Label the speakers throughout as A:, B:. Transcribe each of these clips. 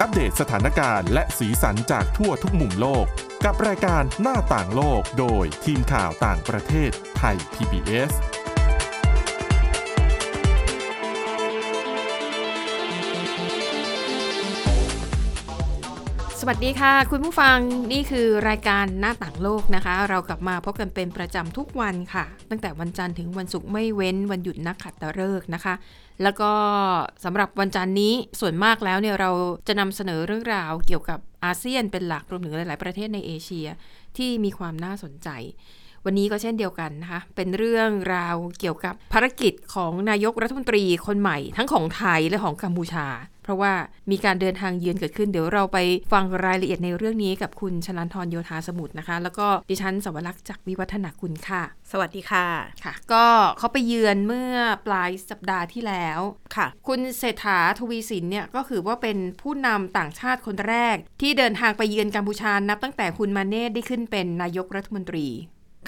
A: อัปเดตสถานการณ์และสีสันจากทั่วทุกมุมโลก กับรายการหน้าต่างโลกโดยทีมข่าวต่างประเทศไทย PBS
B: สวัสดีค่ะ คุณผู้ฟังนี่คือรายการหน้าต่างโลกนะคะ เรากลับมาพบกันเป็นประจำทุกวันค่ะ ตั้งแต่วันจันทร์ถึงวันศุกร์ไม่เว้นวันหยุดนักขัตฤกษ์นะคะ แล้วก็สำหรับวันจันทร์นี้ส่วนมากแล้วเนี่ยเราจะนำเสนอเรื่องราวเกี่ยวกับอาเซียนเป็นหลักรวมถึงหลาย ๆ ประเทศในเอเชียที่มีความน่าสนใจ วันนี้ก็เช่นเดียวกันนะคะ เป็นเรื่องราวเกี่ยวกับภารกิจของนายกรัฐมนตรีคนใหม่ ทั้งของไทยและของกัมพูชา เพราะว่ามีการเดินทางเยือนเกิดขึ้น เดี๋ยวเราไปฟังรายละเอียดในเรื่องนี้กับคุณชลันทรโยธาสมุทรนะคะ แล้วก็ดิฉันสวรักษ์จากวิวัฒนาคุณค่ะ
C: สวัสดีค่ะ
B: ค่ะ ก็เขาไปเยือนเมื่อปลายสัปดาห์ที่แล้ว
C: ค่ะ
B: คุณเศรษฐาทวีสินเนี่ยก็คือว่าเป็นผู้นำต่างชาติคนแรก ที่เดินทางไปเยือนกัมพูชานับตั้งแต่คุณมาเนตได้ขึ้นเป็นนายกรัฐมนตรี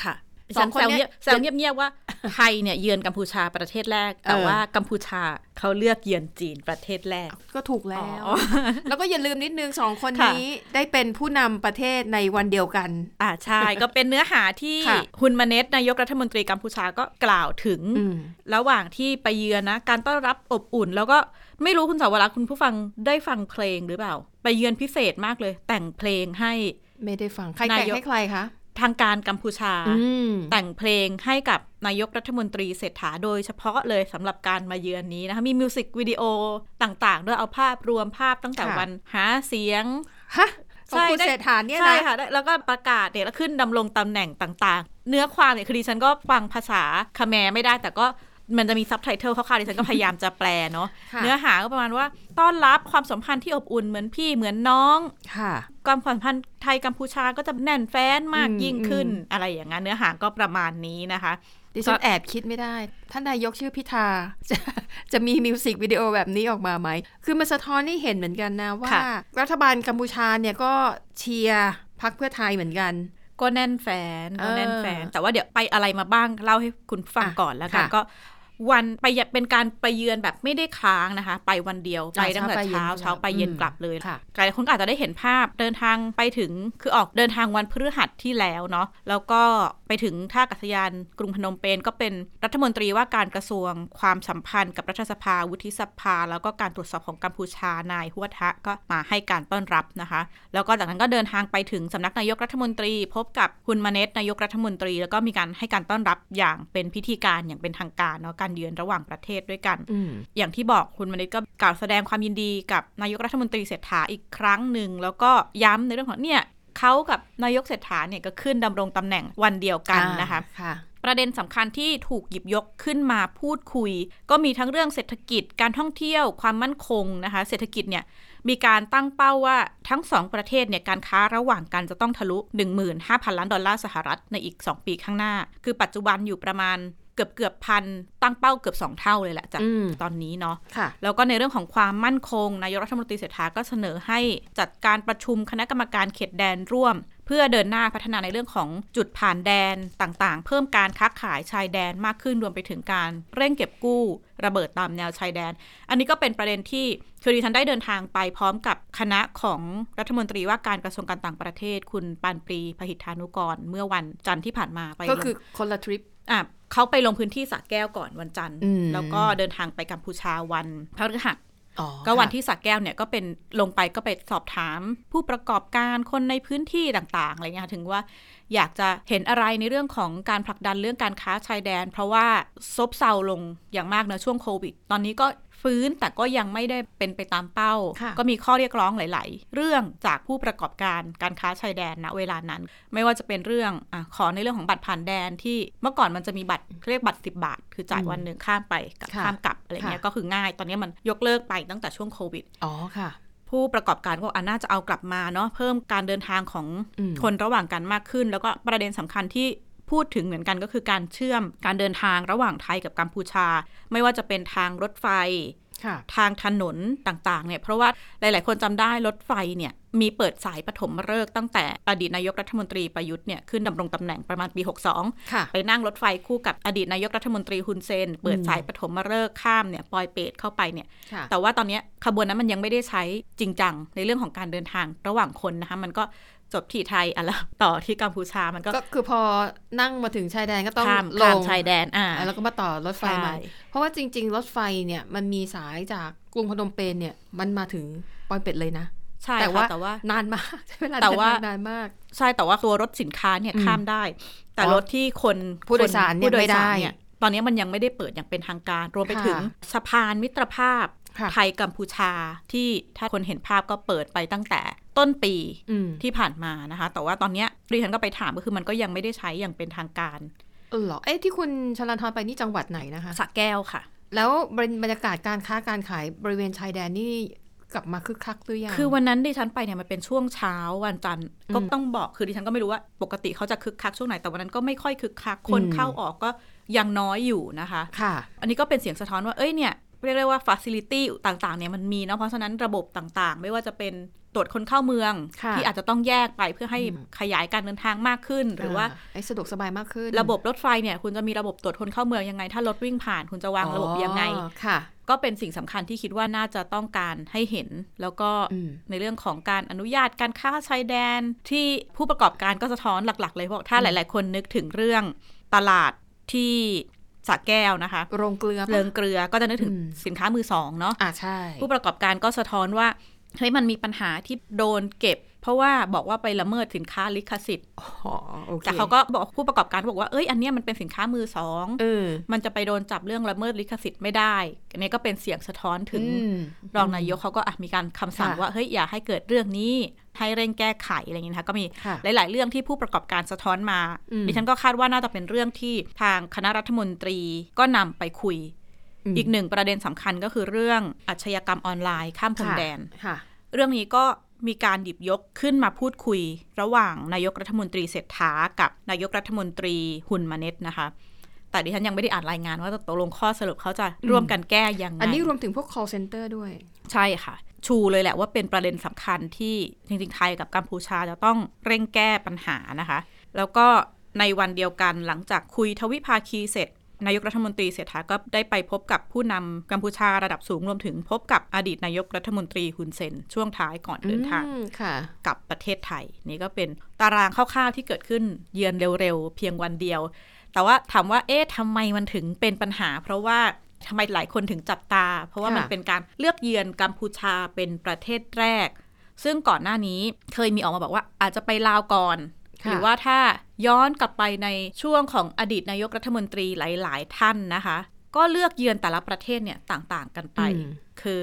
C: ค่ะ
B: สอง
C: ฉัน
B: คน
C: แซว
B: เนี่
C: เงี
B: ย
C: ยบแซวเงียบๆว่า ไทยเนี่ยเยือนกัมพูชาประเทศแรก แต่
B: เออ
C: ว่ากัมพูชาเขาเลือกเยือนจีนประเทศแรก
B: ก็ถูกแล้ว
C: อ๋อ
B: แล้วก็อย่าลืมนิดนึงสองคน
C: ค่ะ
B: นี้ได้เป็นผู้นำประเทศในวันเดียวกัน
C: อ่าใช่ ก็เป็นเนื้อหาที่
B: ค่ะ
C: ฮุนมาเนตนายกรัฐมนตรีกัมพูชาก็กล่าวถึง
B: อืม
C: ระหว่างที่ไปเยือนนะ การต้อนรับอบอุ่น แล้วก็ไม่รู้คุณสาวรักษ์คุณผู้ฟังได้ฟังเพลงหรือเปล่า ไปเยือนพิเศษมากเลย แต่งเพลงให้
B: ไม่ได้ฟัง ใครแต่ง
C: นายก
B: ให้ใครคะ
C: ทางการกัมพูชา
B: อืม
C: แต่งเพลงให้กับนายกรัฐมนตรีเศรษฐาโดยเฉพาะเลยสำหรับการมาเยือนนี้นะคะ มีมิวสิกวิดีโอต่างๆ ด้วยเอาภาพรวมภาพตั้งแต่
B: ค่ะ
C: วันหาเสียง
B: ฮะของคุณ
C: ได้
B: เศรษฐาเนี่ย
C: ใช่
B: นะ
C: ค่ะได้แล้วก็ประกาศเนี่ยแล้วขึ้นดำรงตำแหน่งต่างๆ เนื้อความเนี่ยคือดิฉันก็ฟังภาษาคาแมร์ไม่ได้ แต่ก็มันจะมีซับไตเติลคร่าวๆดิฉันก็พยายามจะแปลเนาะ
B: ค่ะ
C: เนื้อหาก็ประมาณว่าต้อนรับความสัมพันธ์ที่อบอุ่นเหมือนพี่เหมือนน้อง
B: ค่ะ
C: ความสัมพันธ์ไทยกัมพูชาก็จะแน่นแฟ้นมาก
B: อืม
C: ยิ่งขึ้น
B: อืม
C: อะไรอย่างนั้นเนื้อหาก็ประมาณนี้นะคะ
B: ดิฉั
C: ก็
B: นแอบคิดไม่ได้ ท่านนายกชื่อพิธา จะจะมีมิวสิกวิดีโอแบบนี้ออกมาไหม คือมันสะท้อนให้เห็นเหมือนกันนะว่า
C: ค่ะ
B: รัฐบาลกัมพูชาเนี่ยก็เชียร์พักเพื่อไทยเหมือนกัน
C: ก็แน่นแฟน
B: เออ
C: ก็แน่นแฟน แต่ว่าเดี๋ยวไปอะไรมาบ้างเล่าให้คุณฟัง
B: อ่ะ
C: ก่อนแล้วกัน
B: ค่ะ
C: ก็ วันไปเยือนเป็นการไปเยือนแบบไม่ได้ค้างนะคะ ไปวันเดียว
B: อ่ะ
C: ไปตั้งแต่
B: เช้าไปเย็นไปแล้ว
C: เช้าเช้าไปเย็น
B: อืม
C: กลับเลย
B: ค่ะ
C: หลายคนก็อาจจะได้เห็นภาพเดินทางไปถึงคือออกเดินทางวันพฤหัสที่แล้วเนาะแล้วก็ไปถึงท่าอากาศยานกรุงพนมเปญก็เป็นรัฐมนตรีว่าการกระทรวงความสัมพันธ์กับรัฐสภาวุฒิสภา แล้วก็การตรวจสอบของกัมพูชานายหัวทะก็มาให้การต้อนรับนะคะ แล้วก็จากนั้นก็เดินทางไปถึงสำนักนายกรัฐมนตรี พบกับคุณมาเนตนายกรัฐมนตรี แล้วก็มีการให้การต้อนรับอย่างเป็นพิธีการอย่างเป็นทางการเนาะการเยือนระหว่างประเทศด้วยกัน
B: อืม
C: อย่างที่บอกคุณมณิตก็กล่าวแสดงความยินดีกับนายกรัฐมนตรีเศรษฐาอีกครั้งหนึ่ง แล้วก็ย้ำในเรื่องของเนี่ยเขากับนายกเศรษฐาเนี่ยก็ขึ้นดำรงตำแหน่งวันเดียวกันนะคะ
B: อ่าค่ะ
C: ประเด็นสำคัญที่ถูกหยิบยกขึ้นมาพูดคุย ก็มีทั้งเรื่องเศรษฐกิจการท่องเที่ยวความมั่นคงนะคะ เศรษฐกิจเนี่ยมีการตั้งเป้าว่าทั้งสองประเทศเนี่ยการค้าระหว่างกันจะต้องทะลุ 15,000 ล้านดอลลาร์สหรัฐในอีก 2 ปีข้างหน้า คือปัจจุบันอยู่ประมาณเกือบเกือบพันตั้งเป้าเกือบ 2 เท่าเลยแหละจาก
B: อืม
C: ตอนนี้เนาะ
B: ค่ะ
C: แล้วก็ในเรื่องของความมั่นคง นายกรัฐมนตรีเศรษฐาก็เสนอให้จัดการประชุมคณะกรรมการเขตแดนร่วม เพื่อเดินหน้าพัฒนาในเรื่องของจุดผ่านแดนต่างๆ เพิ่มการค้าขายชายแดนมากขึ้นรวมไปถึงการเร่งเก็บกู้ระเบิดตามแนวชายแดน อันนี้ก็เป็นประเด็นที่คือดิฉันได้เดินทางไปพร้อมกับคณะของรัฐมนตรีว่าการกระทรวงการต่างประเทศ คุณปานปรีพหิทธานุกร เมื่อวันจันทร์ที่ผ่านมาไป
B: ก็คือคนละทริป
C: อ่ะเขาไปลงพื้นที่สระแก้วก่อนวันจันทร์
B: อืม
C: แล้วก็เดินทางไปกัมพูชาวันพฤหัส
B: อ๋อ
C: ก็วัน
B: ค่ะ
C: ที่สระแก้วเนี่ยก็เป็นลงไปก็ไปสอบถาม ผู้ประกอบการคนในพื้นที่ต่างๆอะไรเงี้ยค่ะถึงว่าอยากจะเห็นอะไรในเรื่องของการผลักดันเรื่องการค้าชายแดน เพราะว่าซบเซาลงอย่างมากนะช่วงโควิด ตอนนี้ก็ฟื้นแต่ก็ยังไม่ได้เป็นไปตามเป้า
B: ค่ะ
C: ก็มีข้อเรียกร้องหลาย ๆ เรื่องจากผู้ประกอบการการค้าชายแดนณเวลานั้น ไม่ว่าจะเป็นเรื่องอะขอในเรื่องของบัตรผ่านแดนที่เมื่อก่อนมันจะมีบัตรเรียกบัตร 10 บาท คือจ่ายวันหนึ่งข้ามไปกับ
B: ค่ะ
C: ข้ามกลับอะไรเงี้ย
B: ค่ะ
C: ก็คือง่าย ตอนนี้มันยกเลิกไปตั้งแต่ช่วงโควิด
B: อ๋อค่ะ
C: ผู้ประกอบการก็บอกอ่ะน่าจะเอากลับมาเนาะ เพิ่มการเดินทางของ
B: อืม
C: คนระหว่างกันมากขึ้น แล้วก็ประเด็นสำคัญที่พูดถึงเหมือนกันก็คือการเชื่อมการเดินทางระหว่างไทยกับกัมพูชา ไม่ว่าจะเป็นทางรถไฟ
B: ค่ะ
C: ทางถนนต่างๆเนี่ยเพราะว่าหลาย ๆ คนจำได้รถไฟเนี่ยมีเปิดสายปฐมฤกษ์ตั้งแต่อดีตนายกรัฐมนตรีประยุทธ์เนี่ยขึ้นดำรงตำแหน่งประมาณปี 62
B: ค่ะ
C: ไปนั่งรถไฟคู่กับอดีตนายกรัฐมนตรีฮุนเซน เปิดสายปฐมฤกษ์ข้ามเนี่ยปอยเปตเข้าไปเนี่ย
B: ค่ะ
C: แต่ว่าตอนเนี้ยขบวนนั้นมันยังไม่ได้ใช้จริงจังในเรื่องของการเดินทางระหว่างคนนะคะ มันก็จบที่ไทยอ่ะแล้วต่อที่กัมพูชามันก็
B: ก็คือพอนั่งมาถึงชายแดนก็ต้อง
C: ข้าม
B: ล
C: ข้าม
B: ง
C: ชายแดนอ่า
B: อ่าแล้วก็มาต่อรถไฟใหม่
C: ใช่
B: เพราะว่าจริง ๆ รถไฟเนี่ยมันมีสายจากกรุงพนมเปญเนี่ยมันมาถึงปอยเป็ดเลยนะ
C: ใช่
B: แต่
C: ค่ะ
B: ว่า
C: แต่ว่า
B: นานมาก ใช้เวลา
C: แต่
B: เดิน
C: ว่า
B: ทางนานมาก
C: ใช่แต่ว่าตัวรถสินค้าเนี่ย
B: อืม
C: ข้ามได้ แต่
B: อ๋อ
C: รถที่คน
B: ผู้โดยสารเนี่ย
C: ผู้โดสาร
B: ไม่ได้
C: เนี่ยตอนนี้มันยังไม่ได้เปิดอย่างเป็นทางการ รวมไป
B: ค่ะ
C: ถึงสะพานมิตรภาพ
B: ค่ะ
C: ไทยกัมพูชาที่ถ้าคนเห็นภาพก็เปิดไปตั้งแต่ต้นปี
B: อืม
C: ที่ผ่านมานะคะ แต่ว่าตอนเนี้ยดิฉันก็ไปถามก็คือมันก็ยังไม่ได้ใช้อย่างเป็นทางการ
B: เออเหรอเอ๊ะที่คุณชลันทรไปนี่จังหวัดไหนนะคะ
C: สระแก้วค่ะ
B: แล้วบรรยากาศการค้าการขายบริเวณชายแดนนี่กลับมาคึกคักหรือยัง
C: คือวันนั้นดิฉันไปเนี่ยมันเป็นช่วงเช้าวันจันทร์
B: อืม
C: ก็ต้องบอกคือดิฉันก็ไม่รู้ว่าปกติเขาจะคึกคักช่วงไหนแต่วันนั้นก็ไม่ค่อยคึกคักคน
B: อืม
C: เข้าออกก็ยังน้อยอยู่นะคะ
B: ค่ะ
C: อันนี้ก็เป็นเสียงสะท้อนว่า เอ้ย เนี่ย เรียกได้ว่าฟ a ซิลิตี้ต่าง ๆ เนี่ย มันมีเนาะ เพราะฉะนั้นระบบต่างๆ ไม่ว่าจะเป็นตรวจคนเข้าเมือง
B: ค่ะ
C: ที่อาจจะต้องแยกไปเพื่อให้
B: อืม
C: ขยายการเดินทางมากขึ้น หรือว่า
B: ไอ้สะดวกสบายมากขึ้น
C: ระบบรถไฟเนี่ย คุณจะมีระบบตรวจคนเข้าเมืองยังไง ถ้ารถวิ่งผ่านคุณจะวางระบบยังไง
B: อ๋อค่ะ
C: ก็เป็นสิ่งสำคัญที่คิดว่าน่าจะต้องการให้เห็น แล้วก็
B: อืม
C: ในเรื่องของการอนุญาตการค้าชายแดน ที่ผู้ประกอบการก็สะท้อนหลัก ๆ เลยบอกถ้าหลาย ๆ คนนึกถึงเรื่องตลาดที่สระแก้วนะคะ
B: โรงเกลือปะ
C: เริงเกลือก็จะนึกถึง
B: อืม
C: สินค้ามือสองเนาะ
B: อ่าใช่
C: ผู้ประกอบการก็สะท้อนว่าเฮ้ยมันมีปัญหาที่โดนเก็บ เพราะว่าบอกว่าไปละเมิดสินค้าลิขสิทธิ์
B: อ๋อโอค
C: แต่เขาก็บอกผู้ประกอบการบอกว่าเอ้ยอันเนี้ยมันเป็นสินค้ามือสอง
B: เออ
C: มันจะไปโดนจับเรื่องละเมิดลิขสิทธิ์ไม่ได้ อันนี้ก็เป็นเสียงสะท้อนถึง
B: อืม
C: รองนายกเขาก็อ่ะมีการคำสั่ง
B: ค่ะ
C: ว่าเฮ้ยอย่าให้เกิดเรื่องนี้ให้เร่งแก้ไขอะไรอย่างนี้ยนะคะก็มี
B: ค่ะ
C: หลาย ๆ เรื่องที่ผู้ประกอบการสะท้อนมา
B: อืม
C: ดิฉันก็คาดว่าน่าจะเป็นเรื่องที่ทางคณะรัฐมนตรีก็นำไปคุย
B: ม
C: อีกหนึ่งประเด็นสำคัญก็คือเรื่องอาชญากรรมออนไลน์ข้ามพรม
B: ค่ะ
C: แดน
B: ค่ะ
C: เรื่องนี้ก็มีการหยิบยกขึ้นมาพูดคุย ระหว่างนายกรัฐมนตรีเศรษฐากับนายกรัฐมนตรีหุ่นมาเน็ตนะคะ แต่ดิฉันยังไม่ได้อ่านรายงานว่าตกลงข้อสรุปเขาจะร่วมกันแก้ยังไง
B: อันนี้รวมถึงพวก call center ด้วย
C: ใช่ค่ะ ชูเลยแหละว่าเป็นประเด็นสำคัญที่จริงๆไทยกับกัมพูชาจะต้องเร่งแก้ปัญหานะคะ แล้วก็ในวันเดียวกันหลังจากคุยทวิภาคีเสร็จ นายกรัฐมนตรีเศรษฐาก็ได้ไปพบกับผู้นำกัมพูชาระดับสูงรวมถึงพบกับอดีตนายกรัฐมนตรีฮุนเซน ช่วงท้ายก่อนเดินทาง
B: อืมค่ะ
C: กลับประเทศไทย นี่ก็เป็นตารางคร่าวๆที่เกิดขึ้นเยือนเร็วๆ เพียงวันเดียว แต่ว่าถามว่าเอ๊ะทำไมมันถึงเป็นปัญหา เพราะว่าทำไมหลายคนถึงจับตา เพราะว่า
B: ค่ะ
C: มันเป็นการเลือกเยือนกัมพูชาเป็นประเทศแรก ซึ่งก่อนหน้านี้เคยมีออกมาบอกว่าอาจจะไปลาวก่อน
B: ค่ะ
C: หรือว่าถ้าย้อนกลับไปในช่วงของอดีตนายกรัฐมนตรีหลาย ๆ ท่านนะคะ ก็เลือกเยือนแต่ละประเทศเนี่ยต่าง ๆ กันไป
B: อืม
C: คือ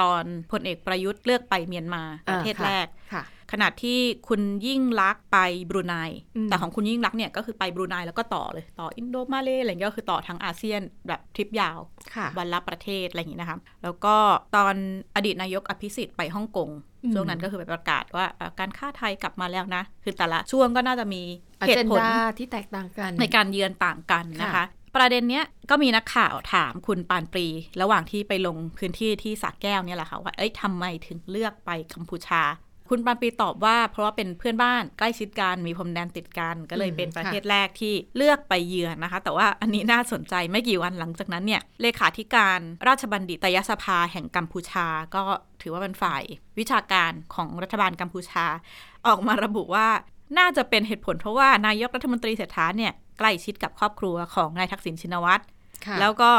C: ตอนพลเอกประยุทธ์เลือกไปเมียนมาประเทศ
B: อ่าค่ะ
C: แรก
B: ค่ะ
C: ขณะที่คุณยิ่งลักษณ์ไปบรูไน
B: อืม
C: แต่ของคุณยิ่งลักษณ์เนี่ยก็คือไปบรูไนแล้วก็ต่อเลยต่ออินโดมาเลย์อะไรเงี้ยก็คือต่อทั้งอาเซียนแบบทริปยาว
B: ค่ะ
C: วันละประเทศอะไรอย่างนี้นะคะ แล้วก็ตอนอดีตนายกอภิสิทธิ์ไปฮ่องกง
B: อืม
C: ช่วงนั้นก็คือไปประกาศว่าเอ่อการค่าไทยกลับมาแล้วนะ คือแต่ละช่วงก็น่าจะมีเห
B: เหตุ
C: ตุ
B: ผ
C: ผ
B: ล
C: ล
B: ที่แตกต่างกัน
C: ในการเยือนต่างกันนะคะ
B: ค่ะ
C: ประเด็นเนี้ยก็มีนักข่าวถามคุณปานปรี ระหว่างที่ไปลงพื้นที่ที่สระแก้วเนี่ยแหละค่ะว่า เอ้ยทำไมถึงเลือกไปกัมพูชา คุณปานปรีตอบว่า เพราะว่าเป็นเพื่อนบ้านใกล้ชิดกันมีพรมแดนติดกัน ก็เลยเป็นประเทศแรกที่เลือกไปเยือนนะคะ แต่ว่าอันนี้น่าสนใจไม่กี่วันหลังจากนั้นเนี่ยเลขาธิการราชบัณฑิตยสภาแห่งกัมพูชา ก็ถือว่าเป็นฝ่ายวิชาการของรัฐบาลกัมพูชา ออกมาระบุว่าน่าจะเป็นเหตุผลเพราะว่านายกรัฐมนตรีเศรษฐาเนี่ยใกล้ชิดกับครอบครัวของนายทักษิณชินวัตร
B: ค่ะ
C: แล้วก็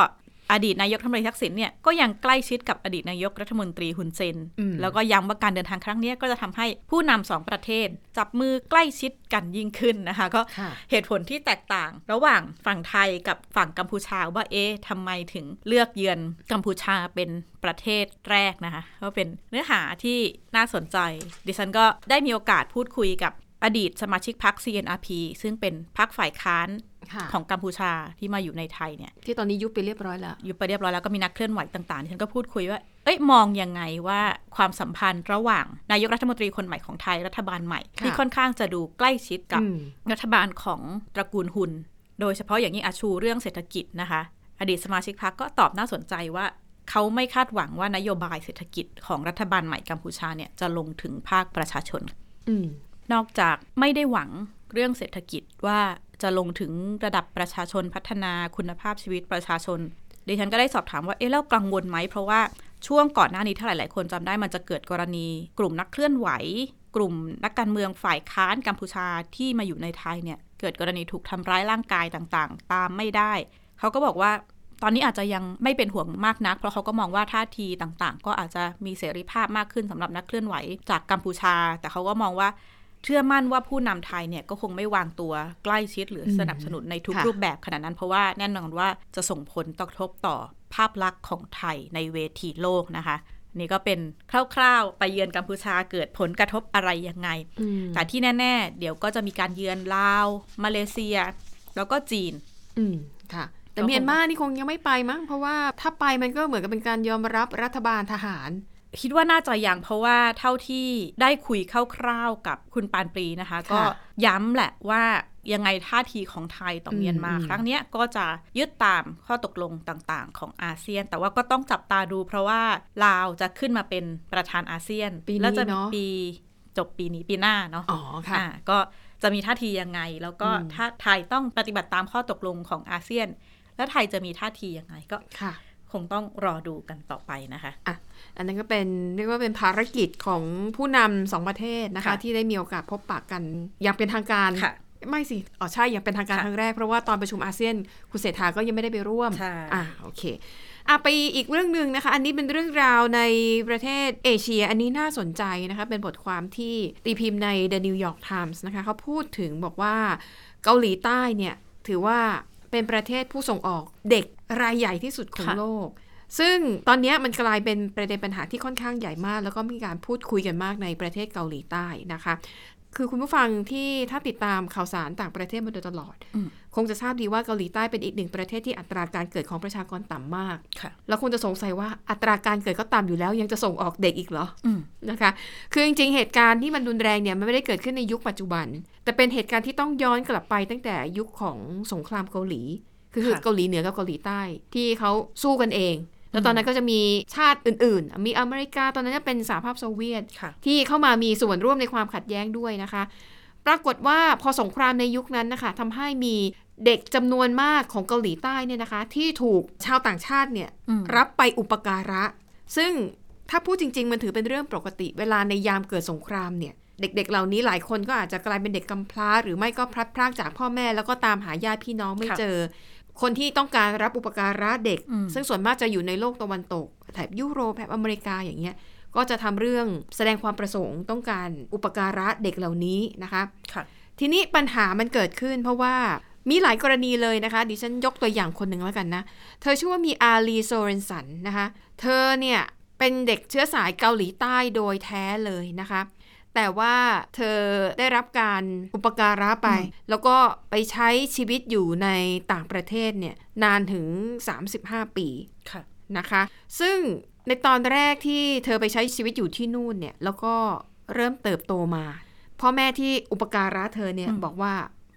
C: อดีตนายกรัฐมนตรีทักษิณเนี่ยก็ยังใกล้ชิดกับอดีตนายกรัฐมนตรีฮุนเซน
B: อืม
C: แล้วก็ย้ำว่าการเดินทางครั้งเนี้ยก็จะทำให้ผู้นำสองประเทศ จับมือใกล้ชิดกันยิ่งขึ้นนะคะก็
B: ค่ะ
C: เหตุผลที่แตกต่าง ระหว่างฝั่งไทยกับฝั่งกัมพูชาว่าเอ๊ะทำไมถึงเลือกเยือนกัมพูชาเป็นประเทศแรกนะคะก็เป็นเนื้อหาที่น่าสนใจ ดิฉันก็ได้มีโอกาสพูดคุยกับอดีตสมาชิกพรรค CNRP ซึ่งเป็นพรรคฝ่ายค้าน
B: ค่ะ
C: ของกัมพูชาที่มาอยู่ในไทยเนี่ย
B: ที่ตอนนี้ยุบไปเรียบร้อยแล้ว
C: อยู่ไปเรียบร้อยแล้วก็มีนักเคลื่อนไหวต่างๆที่ฉันก็พูดคุยว่า เอ้ยมองยังไงว่าความสัมพันธ์ระหว่างนายกรัฐมนตรีคนใหม่ของไทยรัฐบาลใหม่ ที่
B: ค่ะ
C: ค่อนข้างจะดูใกล้ชิดกับ
B: อืม
C: รัฐบาลของตระกูลหุน โดยเฉพาะอย่างยิ่งอาชูเรื่องเศรษฐกิจนะคะ อดีตสมาชิกพรรคก็ตอบน่าสนใจว่า เขาไม่คาดหวังว่านโยบายเศรษฐกิจของรัฐบาลใหม่กัมพูชาเนี่ยจะลงถึงภาคประชาชน
B: อืม
C: นอกจากไม่ได้หวังเรื่องเศรษฐกิจว่าจะลงถึงระดับประชาชนพัฒนาคุณภาพชีวิตประชาชน ดิฉันก็ได้สอบถามว่า เอ๊ะแล้วกังวลไหม เพราะว่าช่วงก่อนหน้านี้ถ้าหลาย ๆ คนจำได้มันจะเกิดกรณี กลุ่มนักเคลื่อนไหว กลุ่มนักการเมืองฝ่ายค้านกัมพูชาที่มาอยู่ในไทยเนี่ย เกิดกรณีถูกทำร้ายร่างกายต่าง ๆ ตามไม่ได้ เขาก็บอกว่าตอนนี้อาจจะยังไม่เป็นห่วงมากนัก เพราะเขาก็มองว่าท่าทีต่าง ๆ ก็อาจจะมีเสรีภาพมากขึ้นสำหรับนักเคลื่อนไหวจากกัมพูชา แต่เขาก็มองว่า เชื่อมั่นว่าผู้นำไทยเนี่ยก็คงไม่วางตัวใกล้ชิดหรือ
B: ม
C: สนับสนุนในทุก
B: ค่ะ
C: รูปแบบขนาดนั้น เพราะว่าแน่นอนว่าจะส่งผลกระทบต่อภาพลักษณ์ของไทยในเวทีโลกนะคะ นี่ก็เป็นคร่าวๆ ไปเยือนกัมพูชาเกิดผลกระทบอะไรยังไง
B: อืม
C: แต่ที่แน่ ๆ เดี๋ยวก็จะมีการเยือนลาว มาเลเซีย แล้วก็จีน
B: อืมค่ะ แต่
C: ก็คง
B: เมียนมานี่คงยังไม่ไปมั้งเพราะว่าถ้าไปมันก็เหมือนกับเป็นการยอมรับรัฐบาลทหาร
C: คิดว่าน่าจะยังเพราะว่าเท่าที่ได้คุยคร่าวๆกับคุณปานปรีนะคะ ก็
B: ค่ะ
C: ย้ำแหละว่ายังไงท่าทีของไทยต่อ
B: อืม
C: เมียนมา
B: อืม
C: ครั้งเนี้ยก็จะยึดตามข้อตกลงต่างๆ ของอาเซียน แต่ว่าก็ต้องจับตาดู เพราะว่าลาวจะขึ้นมาเป็นประธานอาเซียน
B: ปี
C: แล้ว
B: นี้
C: จะมี
B: เนาะ
C: ปีจบปีนี้ปีหน้าเนาะ
B: อ๋อค่ะ
C: อ่าก็จะมีท่าทียังไง แล้วก็
B: อืม
C: ถ้าไทยต้องปฏิบัติตามข้อตกลงของอาเซียน แล้วไทยจะมีท่าทียังไงก็
B: ค่ะ
C: คงต้องรอดูกันต่อไปนะคะ
B: อันนั้นก็เป็นเรียกว่าเป็นภารกิจของผู้นำสองประเทศนะคะ
C: ค่ะ
B: ที่ได้มีโอกาสพบปะกันอย่างเป็นทางการ
C: ค่ะ
B: ไม่สิอ๋อใช่อย่างเป็นทางการ
C: ค่ะ
B: ครั้งแรกเพราะว่าตอนประชุมอาเซียนคุณเศรษฐาก็ยังไม่ได้ไปร่วม
C: ใช่
B: อ่าโอเคอ่ะไปอีกเรื่องหนึ่งนะคะ อันนี้เป็นเรื่องราวในประเทศเอเชีย อันนี้น่าสนใจนะคะ เป็นบทความที่ตีพิมพ์ใน The New York Times นะคะเขาพูดถึงบอกว่าเกาหลีใต้เนี่ยถือว่าเป็นประเทศผู้ส่งออกเด็กรายใหญ่ที่สุดของ
C: ค่ะ
B: โลก ซึ่งตอนเนี้ยมันกลายเป็นประเด็นปัญหาที่ค่อนข้างใหญ่มาก แล้วก็มีการพูดคุยกันมากในประเทศเกาหลีใต้นะคะ คือคุณผู้ฟังที่ถ้าติดตามข่าวสารต่างประเทศมาโดยตลอด
C: อืม
B: คงจะทราบดีว่าเกาหลีใต้เป็นอีกหนึ่งประเทศที่อัตราการเกิดของประชากรต่ำมาก
C: ค่ะ
B: แล้วคงจะสงสัยว่าอัตราการเกิดก็ต่ำอยู่แล้ว ยังจะส่งออกเด็กอีกเหรอ
C: อืม
B: นะคะ คือจริงๆ เหตุการณ์ที่มันรุนแรงเนี่ยมันไม่ได้เกิดขึ้นในยุคปัจจุบัน แต่เป็นเหตุการณ์ที่ต้องย้อนกลับไปตั้งแต่ยุคของสงครามเกาหลี คือ
C: ค่ะ
B: เกาหลีเหนือกับเกาหลีใต้ที่เขาสู้กันเอง แล้วตอนนั้นก็จะมีชาติอื่นๆ มีอเมริกาตอนนั้นจะเป็นสหภาพโซเวียต
C: ค่ะ
B: ที่เข้ามามีส่วนร่วมในความขัดแย้งด้วยนะคะ ปรากฏว่าพอสงครามในยุคนั้นนะคะทำให้มีเด็กจำนวนมากของเกาหลีใต้เนี่ยนะคะ ที่ถูกชาวต่างชาติเนี่ย
C: อืม
B: รับไปอุปการะ ซึ่งถ้าพูดจริง ๆ มันถือเป็นเรื่องปกติ เวลาในยามเกิดสงครามเนี่ย เด็ก ๆ เหล่านี้หลายคนก็อาจจะกลายเป็นเด็กกำพร้า หรือไม่ก็พลัดพรากจากพ่อแม่แล้วก็ตามหาญาติพี่น้องไม่
C: ค่ะ
B: เจอ คนที่ต้องการรับอุปการะเด็ก
C: อืม
B: ซึ่งส่วนมากจะอยู่ในโลกตะวันตกแถบยุโรปแถบอเมริกาอย่างเงี้ย ก็จะทำเรื่องแสดงความประสงค์ต้องการอุปการะเด็กเหล่านี้นะคะ
C: ค่ะ
B: ทีนี้ปัญหามันเกิดขึ้นเพราะว่ามีหลายกรณีเลยนะคะ ดิฉันยกตัวอย่างคนหนึ่งแล้วกันนะ เธอชื่อว่ามีอาลีโซเรนสันนะคะ เธอเนี่ยเป็นเด็กเชื้อสายเกาหลีใต้โดยแท้เลยนะคะ แต่ว่าเธอได้รับการอุปการะไป แล้วก็ไปใช้ชีวิตอยู่ในต่างประเทศเนี่ยนานถึง 35 ปี
C: ค่ะ
B: นะคะ ซึ่งในตอนแรกที่เธอไปใช้ชีวิตอยู่ที่นู่นเนี่ย แล้วก็เริ่มเติบโตมา พ่อแม่ที่อุปการะเธอเนี่ย
C: อืม
B: บอกว่า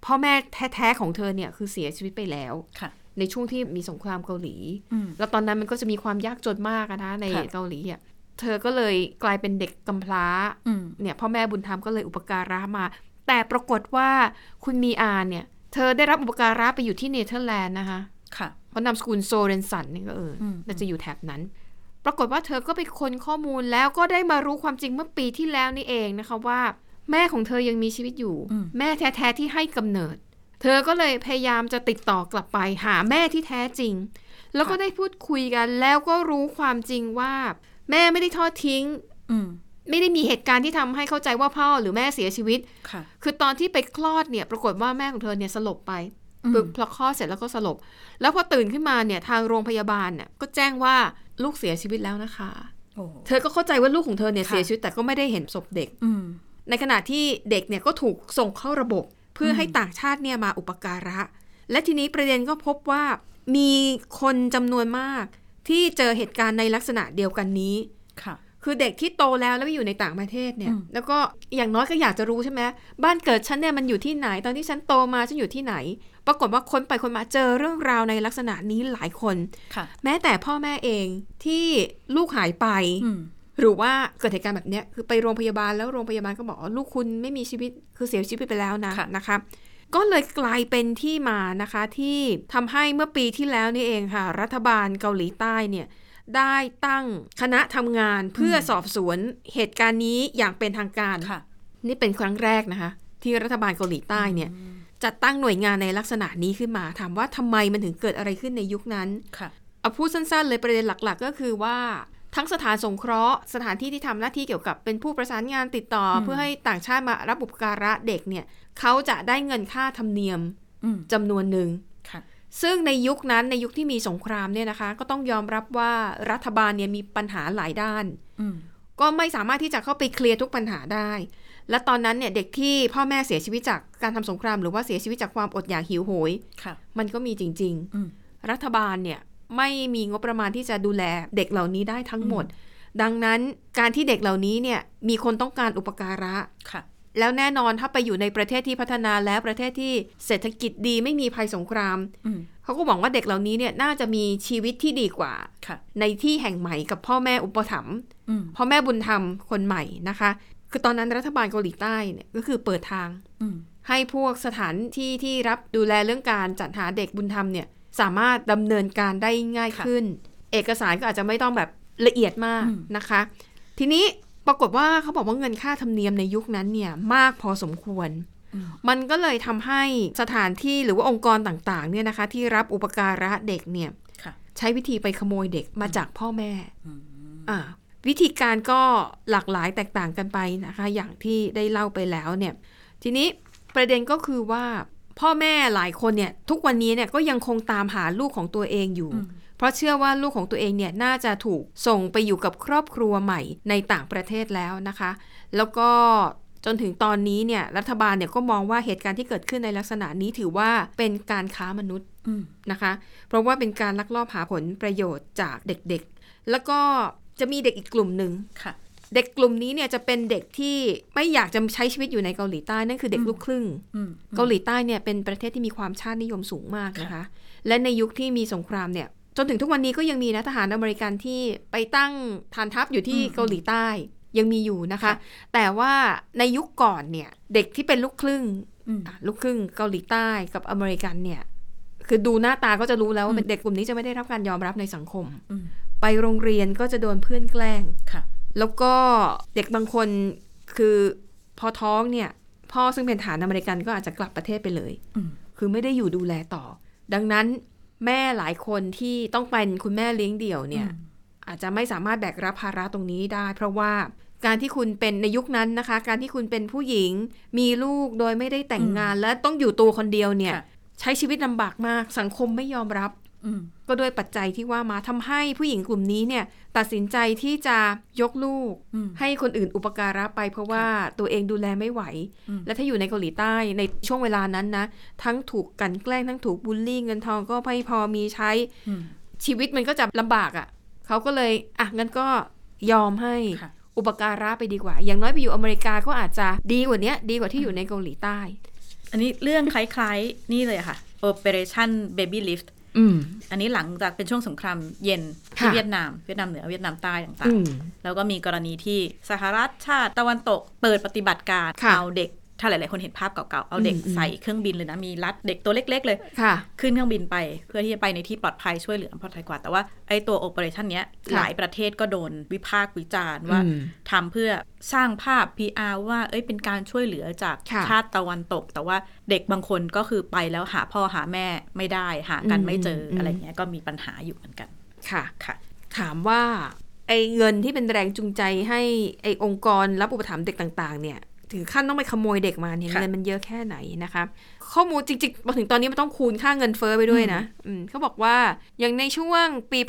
B: พ่อแม่แท้ๆของเธอเนี่ยคือเสียชีวิตไปแล้ว
C: ค่ะ
B: ในช่วงที่มีสงครามเกาหลี
C: อืม
B: แล้วตอนนั้นมันก็จะมีความยากจนมากอะนะใน
C: ค่ะ
B: เกาหลีอ่ะ เธอก็เลยกลายเป็นเด็กกำพร้า
C: อืม
B: เนี่ยพ่อแม่บุญธรรมก็เลยอุปการะมา แต่ปรากฏว่าคุณมีอาเนี่ย เธอได้รับอุปการะไปอยู่ที่เนเธอร์แลนด์นะคะ
C: ค่ะ
B: เพราะนามสกุลโซเรนสันนี่ก็เออ
C: อืม
B: น่าจะอยู่แถบนั้น ปรากฏว่าเธอก็ไปค้นข้อมูลแล้วก็ได้มารู้ความจริงเมื่อปีที่แล้วนี่เองนะคะว่า แม่ของเธอยังมีชีวิตอยู่
C: อืม
B: แม่แท้ๆที่ให้กำเนิด เธอก็เลยพยายามจะติดต่อกลับไปหาแม่ที่แท้จริง แล้วก็ได้พูดคุยกันแล้วก็รู้ความจริงว่า แม่ไม่ได้ทอดทิ้ง
C: อืม
B: ไม่ได้มีเหตุการณ์ที่ทำให้เข้าใจว่าพ่อหรือแม่เสียชีวิต
C: ค่ะ
B: คือตอนที่ไปคลอดเนี่ยปรากฏว่าแม่ของเธอเนี่ยสลบไป
C: อืม
B: ปึกพลอคลอดเสร็จแล้วก็สลบ แล้วพอตื่นขึ้นมาเนี่ยทางโรงพยาบาลเนี่ยก็แจ้งว่าลูกเสียชีวิตแล้วนะคะ
C: โอ้
B: เธอก็เข้าใจว่าลูกของเธอเนี่ย
C: ค่ะ
B: เสียชีวิตแต่ก็ไม่ได้เห็นศพเด็ก
C: อืม
B: ในขณะที่เด็กเนี่ยก็ถูกส่งเข้าระบบ เพื่อให้ต่างชาติเนี่ยมาอุปการะ และทีนี้ประเด็นก็พบว่ามีคนจำนวนมากที่เจอเหตุการณ์ในลักษณะเดียวกันนี้
C: ค่ะ
B: คือเด็กที่โตแล้วแล้วไปอยู่ในต่างประเทศเนี่ย
C: อืม
B: แล้วก็อย่างน้อยก็อยากจะรู้ใช่ไหมบ้านเกิดฉันเนี่ยมันอยู่ที่ไหน ตอนที่ฉันโตมาฉันอยู่ที่ไหน ปรากฏว่าค้นไปค้นมาเจอเรื่องราวในลักษณะนี้หลายคน
C: ค่ะ
B: แม้แต่พ่อแม่เองที่ลูกหายไป
C: อืม
B: หรือว่าเกิดเหตุการณ์แบบเนี้ยคือไปโรงพยาบาลแล้วโรงพยาบาลก็บอกว่าลูกคุณไม่มีชีวิตคือเสียชีวิตไปแล้วนะนะคะก็เลยกลายเป็นที่มานะคะที่ทำให้เมื่อปีที่แล้วนี่เองค่ะ รัฐบาลเกาหลีใต้เนี่ยได้ตั้งคณะทำงานเพื่อสอบสวนเหตุการณ์นี้อย่างเป็นทางการ
C: ค่ะ
B: นี่เป็นครั้งแรกนะคะ ที่รัฐบาลเกาหลีใต้เนี่ยจัดตั้งหน่วยงานในลักษณะนี้ขึ้นมา ถามว่าทำไมมันถึงเกิดอะไรขึ้นในยุคนั้น
C: ค่ะ
B: เอาพูดสั้นๆเลยประเด็นหลักๆ ก็คือว่าทั้งสถานสงเคราะห์ สถานที่ที่ทำหน้าที่เกี่ยวกับเป็นผู้ประสานงานติดต่ออ
C: ม
B: เพื่อให้ต่างชาติมารับบุปการะเด็กเนี่ยเขาจะได้เงินค่าธรรมเนียม
C: อืม
B: จำนวนหนึ่ง
C: ค่ะ
B: ซึ่งในยุคนั้นในยุคที่มีสงครามเนี่ยนะคะ ก็ต้องยอมรับว่ารัฐบาลเนี่ยมีปัญหาหลายด้าน
C: อืม
B: ก็ไม่สามารถที่จะเข้าไปเคลียร์ทุกปัญหาได้ และตอนนั้นเนี่ยเด็กที่พ่อแม่เสียชีวิตจากการทำสงครามหรือว่าเสียชีวิตจากความอดอยากหิวโหย
C: ค่ะ
B: มันก็มีจริง ๆ
C: อืม
B: รัฐบาลเนี่ยไม่มีงบประมาณที่จะดูแลเด็กเหล่านี้ได้ทั้งหมด ดังนั้นการที่เด็กเหล่านี้เนี่ยมีคนต้องการอุปการะ
C: ค่ะ
B: แล้วแน่นอนถ้าไปอยู่ในประเทศที่พัฒนาและประเทศที่เศรษฐกิจดีไม่มีภัยสงคราม
C: อืม
B: เขาก็หวังว่าเด็กเหล่านี้เนี่ยน่าจะมีชีวิตที่ดีกว่า
C: ค่ะ
B: ในที่แห่งใหม่กับพ่อแม่อุปถัมภ์
C: อืม
B: พ่อแม่บุญธรรมคนใหม่นะคะ คือตอนนั้นรัฐบาลเกาหลีใต้เนี่ยก็คือเปิดทาง
C: อืม
B: ให้พวกสถานที่ที่รับดูแลเรื่องการจัดหาเด็กบุญธรรมเนี่ยสามารถดำเนินการได้ง่ายขึ้น เอกสารก็อาจจะไม่ต้องแบบละเอียดมากนะคะ ทีนี้ปรากฏว่าเขาบอกว่าเงินค่าธรรมเนียมในยุคนั้นเนี่ยมากพอสมควร มันก็เลยทำให้สถานที่หรือว่าองค์กรต่างๆเนี่ยนะคะที่รับอุปการะเด็กเนี่ย
C: ค่ะ
B: ใช้วิธีไปขโมยเด็กมาจากพ่อแม่
C: อืม
B: อ่า วิธีการก็หลากหลายแตกต่างกันไปนะคะ อย่างที่ได้เล่าไปแล้วเนี่ย ทีนี้ประเด็นก็คือว่าพ่อแม่หลายคนเนี่ยทุกวันนี้เนี่ยก็ยังคงตามหาลูกของตัวเองอยู่
C: อืม
B: เพราะเชื่อว่าลูกของตัวเองเนี่ยน่าจะถูกส่งไปอยู่กับครอบครัวใหม่ในต่างประเทศแล้วนะคะ แล้วก็จนถึงตอนนี้เนี่ยรัฐบาลเนี่ยก็มองว่าเหตุการณ์ที่เกิดขึ้นในลักษณะนี้ถือว่าเป็นการค้ามนุษย์
C: อืม
B: นะคะเพราะว่าเป็นการลักลอบหาผลประโยชน์จากเด็กๆ แล้วก็จะมีเด็กอีกกลุ่มหนึ่ง
C: ค่ะ
B: เด็กกลุ่มนี้เนี่ยจะเป็นเด็กที่ไม่อยากจะใช้ชีวิตอยู่ในเกาหลีใต้นั่นคือเด็กลูกครึ่ง
C: อืม
B: เกาหลีใต้เนี่ยเป็นประเทศที่มีความชาตินิยมสูงมากนะคะ และในยุคที่มีสงครามเนี่ยจนถึงทุกวันนี้ก็ยังมีนะทหารอเมริกันที่ไปตั้งฐานทัพอยู่ที่เกาหลีใต้ยังมีอยู่นะคะ แต่ว่าในยุคก่อนเนี่ยเด็กที่เป็นลูกครึ่ง
C: อืม
B: อ่ะลูกครึ่งเกาหลีใต้กับอเมริกันเนี่ย คือดูหน้าตาก็จะรู้แล้วว่าเป็นเด็กกลุ่มนี้จะไม่ได้รับการยอมรับในสังคม
C: อืม
B: ไปโรงเรียนก็จะโดนเพื่อนแกล้ง
C: ค่ะ
B: แล้วก็เด็กบางคนคือพอท้องเนี่ย พ่อซึ่งเป็นฐานอเมริกันก็อาจจะกลับประเทศไปเลย
C: อืม
B: คือไม่ได้อยู่ดูแลต่อ ดังนั้นแม่หลายคนที่ต้องเป็นคุณแม่เลี้ยงเดี่ยวเนี่ย อาจจะไม่สามารถแบกรับภาระตรงนี้ได้ เพราะว่าการที่คุณเป็นในยุคนั้นนะคะ การที่คุณเป็นผู้หญิง มีลูกโดยไม่ได้แต่งงาน และต้องอยู่ตัวคนเดียวเนี่ย
C: ค่ะ
B: ใช้ชีวิตลำบากมาก สังคมไม่ยอมรับ
C: อืม
B: ก็ด้วยปัจจัยที่ว่ามาทำให้ผู้หญิงกลุ่มนี้เนี่ย ตัดสินใจที่จะยกลูก
C: อืม
B: ให้คนอื่นอุปการะไป เพราะว่าตัวเองดูแลไม่ไหว
C: อืม
B: และถ้าอยู่ในเกาหลีใต้ในช่วงเวลานั้นนะทั้งถูกกลันแกล้งทั้งถูกบูลลี่เงินทองก็ไม่พอมีใช้
C: อืม
B: ชีวิตมันก็จะลำบากอะ่ะ เขาก็เลย อ่ะ งั้นก็ยอมให้
C: ค่ะ
B: อุปการะไปดีกว่า อย่างน้อยไปอยู่อเมริกาก็อาจจะดีกว่าเนี้ย ดีกว่าที่อยู่ในเกาหลีใต้
C: อันนี้เรื่องคล้ายๆ นี่เลยค่ะ Operation Baby Lift
B: อืม
C: อันนี้หลังจากเป็นช่วงสงครามเย็นที่
B: ค่ะ
C: เวียดนาม เวียดนามเหนือเวียดนามใต้ต่าง
B: อืม
C: ๆ แล้วก็มีกรณีที่สหรัฐชาติตะวันตกเปิดปฏิบัติการ
B: ค่ะ
C: เอาเด็ก ถ้าหลายๆคนเห็นภาพเก่าๆ เอาเด็ก
B: อืมอืม
C: ใส่เครื่องบินเลยนะ มีรัดเด็กตัวเล็กๆเลย
B: ค่ะ
C: ขึ้นเครื่องบินไปเพื่อที่จะไปในที่ปลอดภัยช่วยเหลือปลอดภัยกว่าแต่ว่าไอ้ตัวโอเปอเรชันเนี้ย
B: ค่ะ
C: หลายประเทศก็โดนวิพากษ์วิจารณ์ว่า
B: อืม
C: ทำเพื่อสร้างภาพ PR ว่าเอ้ยเป็นการช่วยเหลือจาก
B: ค่ะ
C: ชาติตะวันตก แต่ว่าเด็กบางคนก็คือไปแล้วหาพ่อหาแม่ไม่ได้หากัน
B: อืม
C: ไม่เจอ
B: ม
C: อะไรเงี้ยก็มีปัญหาอยู่เหมือนกัน
B: ค่ะ
C: ค่ะ
B: ถามว่าไอ้เงินที่เป็นแรงจูงใจให้ไอ้องค์กรรับอุปถัมภ์เด็กต่างๆ เนี่ย ถึงขั้นต้องไปขโมยเด็กมาเนี่ย
C: ค่ะ
B: เงินมันเยอะแค่ไหนนะคะ ข้อมูลจริงๆมาถึงตอนนี้มันต้องคูณค่าเงินเฟ้อไปด้วยนะอืมเขาบอกว่าอย่างในช่วงปี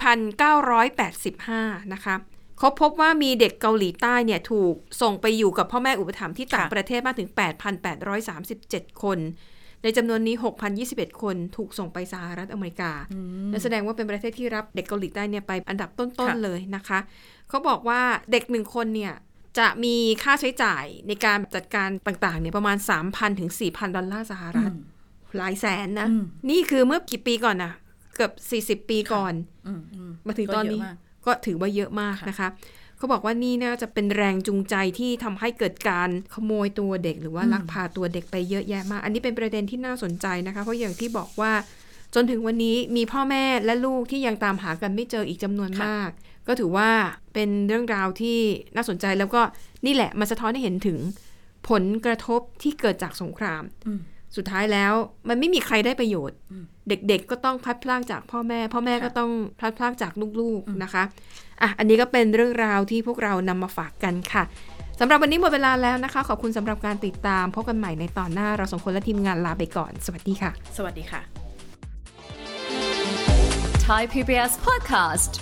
B: 1985 นะคะเขาพบว่ามีเด็กเกาหลีใต้เนี่ยถูกส่งไปอยู่กับพ่อแม่อุปถัมภ์ที่ต่าง
C: ค่ะ
B: ประเทศมากถึง 8,837 คน ในจำนวนนี้ 6,021 คนถูกส่งไปสหรัฐอเมริกา นั่นแสดงว่าเป็นประเทศที่รับเด็กเกาหลีใต้เนี่ยไปอันดับต้น
C: ค่ะ
B: ๆเลยนะคะ เขาบอกว่าเด็กหนึ่งคนเนี่ย จะมีค่าใช้จ่ายในการจัดการต่างๆเนี่ยประมาณ 3,000 ถึง 4,000 ดอลลาร์สหรัฐ หลายแสนนะ
C: อืม
B: นี่คือเมื่อกี่ปีก่อนนะเกือบ40 ปีก่อน
C: อืมอืม
B: มาถึงตอนนี้
C: ก็เยะมาก
B: ก็ถือว่าเยอะมาก
C: ค่ะ
B: นะคะ เขาบอกว่านี่น่าจะเป็นแรงจูงใจที่ทำให้เกิดการขโมยตัวเด็ก หรือว่าลักพาตัวเด็กไปเยอะแยะมาก อันนี้เป็นประเด็นที่น่าสนใจนะคะ เพราะอย่างที่บอกว่า จนถึงวันนี้มีพ่อแม่และลูกที่ยังตามหากันไม่เจออีกจำนวนมาก ก็ถือว่าเป็นเรื่องราวที่น่าสนใจแล้วก็นี่แหละมันสะท้อนให้เห็นถึงผลกระทบที่เกิดจากสงคราม
C: อืม
B: สุดท้ายแล้วมันไม่มีใครได้ประโยชน์
C: อืม
B: เด็กๆก็ต้องพลัดพรากจากพ่อแม่ พ่อแม่ก็
C: ค่ะ
B: ต้องพลัดพรากจากลูกๆนะคะอ่ะอันนี้ก็เป็นเรื่องราวที่พวกเรานำมาฝากกันค่ะสำหรับวันนี้หมดเวลาแล้วนะคะ ขอบคุณสำหรับการติดตามพบกันใหม่ในตอนหน้าเราสองคนและทีมงานลาไปก่อน สวัสดีค่ะ
C: สวัสดีค่ะ
D: Thai PBS podcast.